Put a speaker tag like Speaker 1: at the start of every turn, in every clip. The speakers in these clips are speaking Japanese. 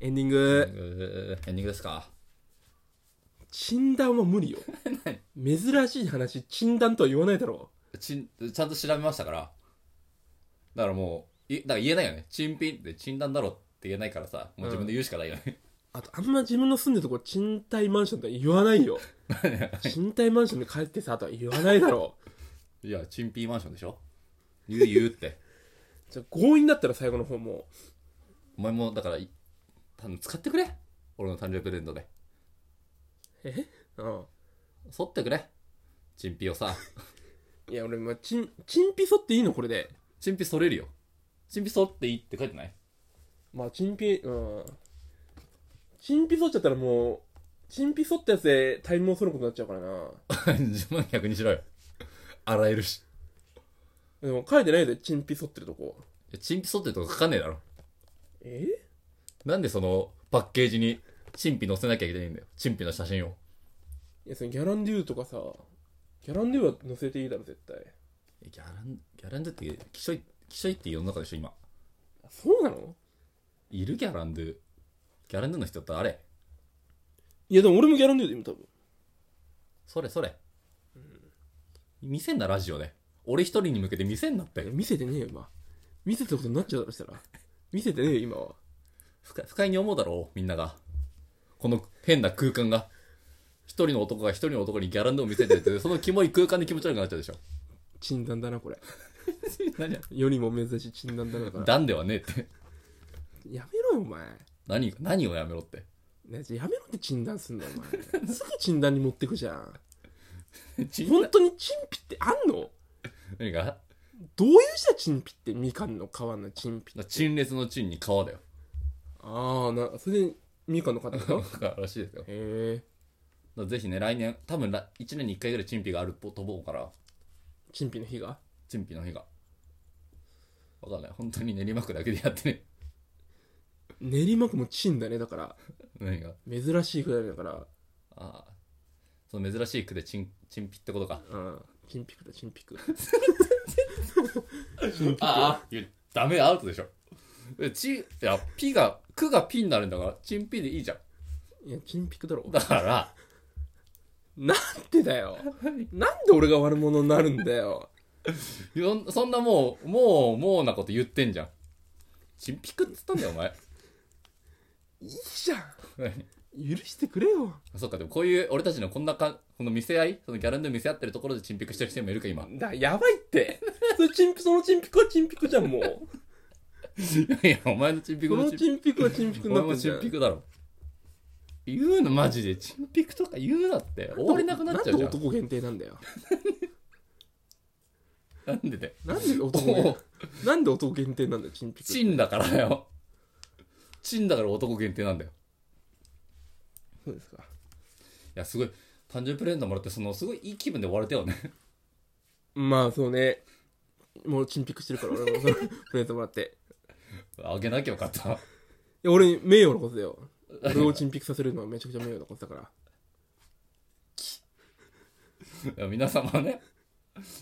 Speaker 1: エンディン
Speaker 2: エン
Speaker 1: グ
Speaker 2: ディングですか
Speaker 1: 診断は無理よ珍しい話診断とは言わないだろ
Speaker 2: ちんちゃんと調べましたからだからもういだから言えないよねチンピンってチンダンだろって言えないからさもう自分で言うしかないよね、
Speaker 1: あとあんま自分の住んでるとこ賃貸マンションとは言わないよ賃貸マンションで帰ってさとは言わないだろ
Speaker 2: いやチンピンマンションでしょ言う言うって
Speaker 1: じゃあ強引だったら最後の方も
Speaker 2: お前もだからい多分使ってくれ俺の誕生日プレゼントで
Speaker 1: えうん
Speaker 2: 剃ってくれチンピをさ
Speaker 1: いや俺もうチンチンピソっていいのこれで
Speaker 2: チンピ剃れるよチンピ剃っていいって書いてない
Speaker 1: まあチンピうんチンピソっちゃったらもうチンピソったやつで体毛剃ることになっちゃうからな
Speaker 2: 自分逆にしろよ洗えるし
Speaker 1: でも書いてないでチンピソってるとこ
Speaker 2: いやチンピ剃ってるとか書かねえだろ
Speaker 1: え
Speaker 2: なんでそのパッケージにチンピ載せなきゃいけないんだよチンピの写真を
Speaker 1: いやそのギャランデューとかさギャランデューは載せていいだろ絶対
Speaker 2: ギャラン、ギャランドゥって、きしょい、きしょいって世の中でしょ、今。
Speaker 1: あそうなの
Speaker 2: いるギャランドゥ。ギャランドゥの人ってあれ
Speaker 1: いやでも俺もギャランデューで今多分
Speaker 2: それそれ。見せんな、ラジオで。俺一人に向けて見せんなっ
Speaker 1: いや
Speaker 2: て。
Speaker 1: 見せてねえよ今見せたことになっちゃうだろしたら見せてねえよ今は
Speaker 2: 不快不快に思うだろう、みんなが。この変な空間が。一人の男が一人の男にギャランドゥを見せてるって、そのキモい空間で気持ち悪くなっちゃうでしょ。
Speaker 1: 診断だなこれ
Speaker 2: 何や
Speaker 1: 世にも珍しい診断だなだから
Speaker 2: ダンではねえって。
Speaker 1: やめろよお前
Speaker 2: 何、何をやめろって。
Speaker 1: ねやめろって診断すんだよお 前すぐ診断に持ってくじゃん
Speaker 2: チン
Speaker 1: 本当にチンピってあんの
Speaker 2: 何か
Speaker 1: どういうしたチンピってみかんの皮のチンピ
Speaker 2: 陳列のチンに川だよ。
Speaker 1: ああなそれでみかんの皮だ
Speaker 2: な
Speaker 1: へ
Speaker 2: んからしいですよ。
Speaker 1: え
Speaker 2: だからぜひね、来年、多分ら1年に1回ぐらいチンピがあると思うから、
Speaker 1: チンピの日が
Speaker 2: チンピの日が。わかんない。本当に練馬区だけでやってね。
Speaker 1: 練馬区もチンだねだから
Speaker 2: 何が。
Speaker 1: 珍しいくらいだから
Speaker 2: ああ。その珍しい区でチン、チンピってことか。
Speaker 1: うんチンピクだチンピク
Speaker 2: ああ。いや、ダメ、アウトでしょ。えチン、いや、ピが、区がピになるんだから、チンピでいいじゃん。
Speaker 1: いやチンピクだろ
Speaker 2: だから、
Speaker 1: なんでだよなんで俺が悪者になるんだよ
Speaker 2: よんそんなもう、もう、もうなこと言ってんじゃん。チンピクっつったんだよ、お前。
Speaker 1: いいじゃ
Speaker 2: 何
Speaker 1: ん許してくれよ
Speaker 2: そっか、でもこういう、俺たちのこんなか、この見せ合い、そのギャランドゥ見せ合ってるところでチンピクしてる人もいるか、今。
Speaker 1: だやばいってそれチンピそのチンピクはチンピクじゃんもう
Speaker 2: いや、お前のチンピク
Speaker 1: そ
Speaker 2: も
Speaker 1: の
Speaker 2: チン
Speaker 1: チ
Speaker 2: ピ
Speaker 1: ンピクはチンピク
Speaker 2: ク。
Speaker 1: にな
Speaker 2: 俺
Speaker 1: って
Speaker 2: も
Speaker 1: んじ
Speaker 2: チ
Speaker 1: ゃ
Speaker 2: ン
Speaker 1: ん
Speaker 2: ピクだろ。言うの、マジで。チンピクとか言うなって。終われなくなっちゃうじゃ
Speaker 1: なんで
Speaker 2: ん。
Speaker 1: 男限定なんだよ
Speaker 2: なんでで。
Speaker 1: なんで男限
Speaker 2: お
Speaker 1: 定
Speaker 2: う
Speaker 1: なんで男限定なんだよチンピク
Speaker 2: チンだからだよ。チンだから男限定なんだよ。
Speaker 1: そうですか
Speaker 2: いや、すごい。誕生日プレゼントもらって、その、すごいいい気分で終われたよね。
Speaker 1: まあそうねもうチンピクしてるから俺もそのプレゼントもらって
Speaker 2: あげなきゃよかった。
Speaker 1: いや俺名誉のことだよ俺をチンピクさせるのはめちゃくちゃ名誉のことだから
Speaker 2: いや皆様ね。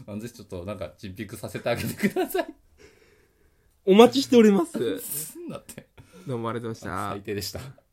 Speaker 2: あのぜひちょっと、なんか、チンピクさせてあげてください。
Speaker 1: お待ちしております
Speaker 2: すんなって。
Speaker 1: どうもありがとうございました
Speaker 2: 最低でした。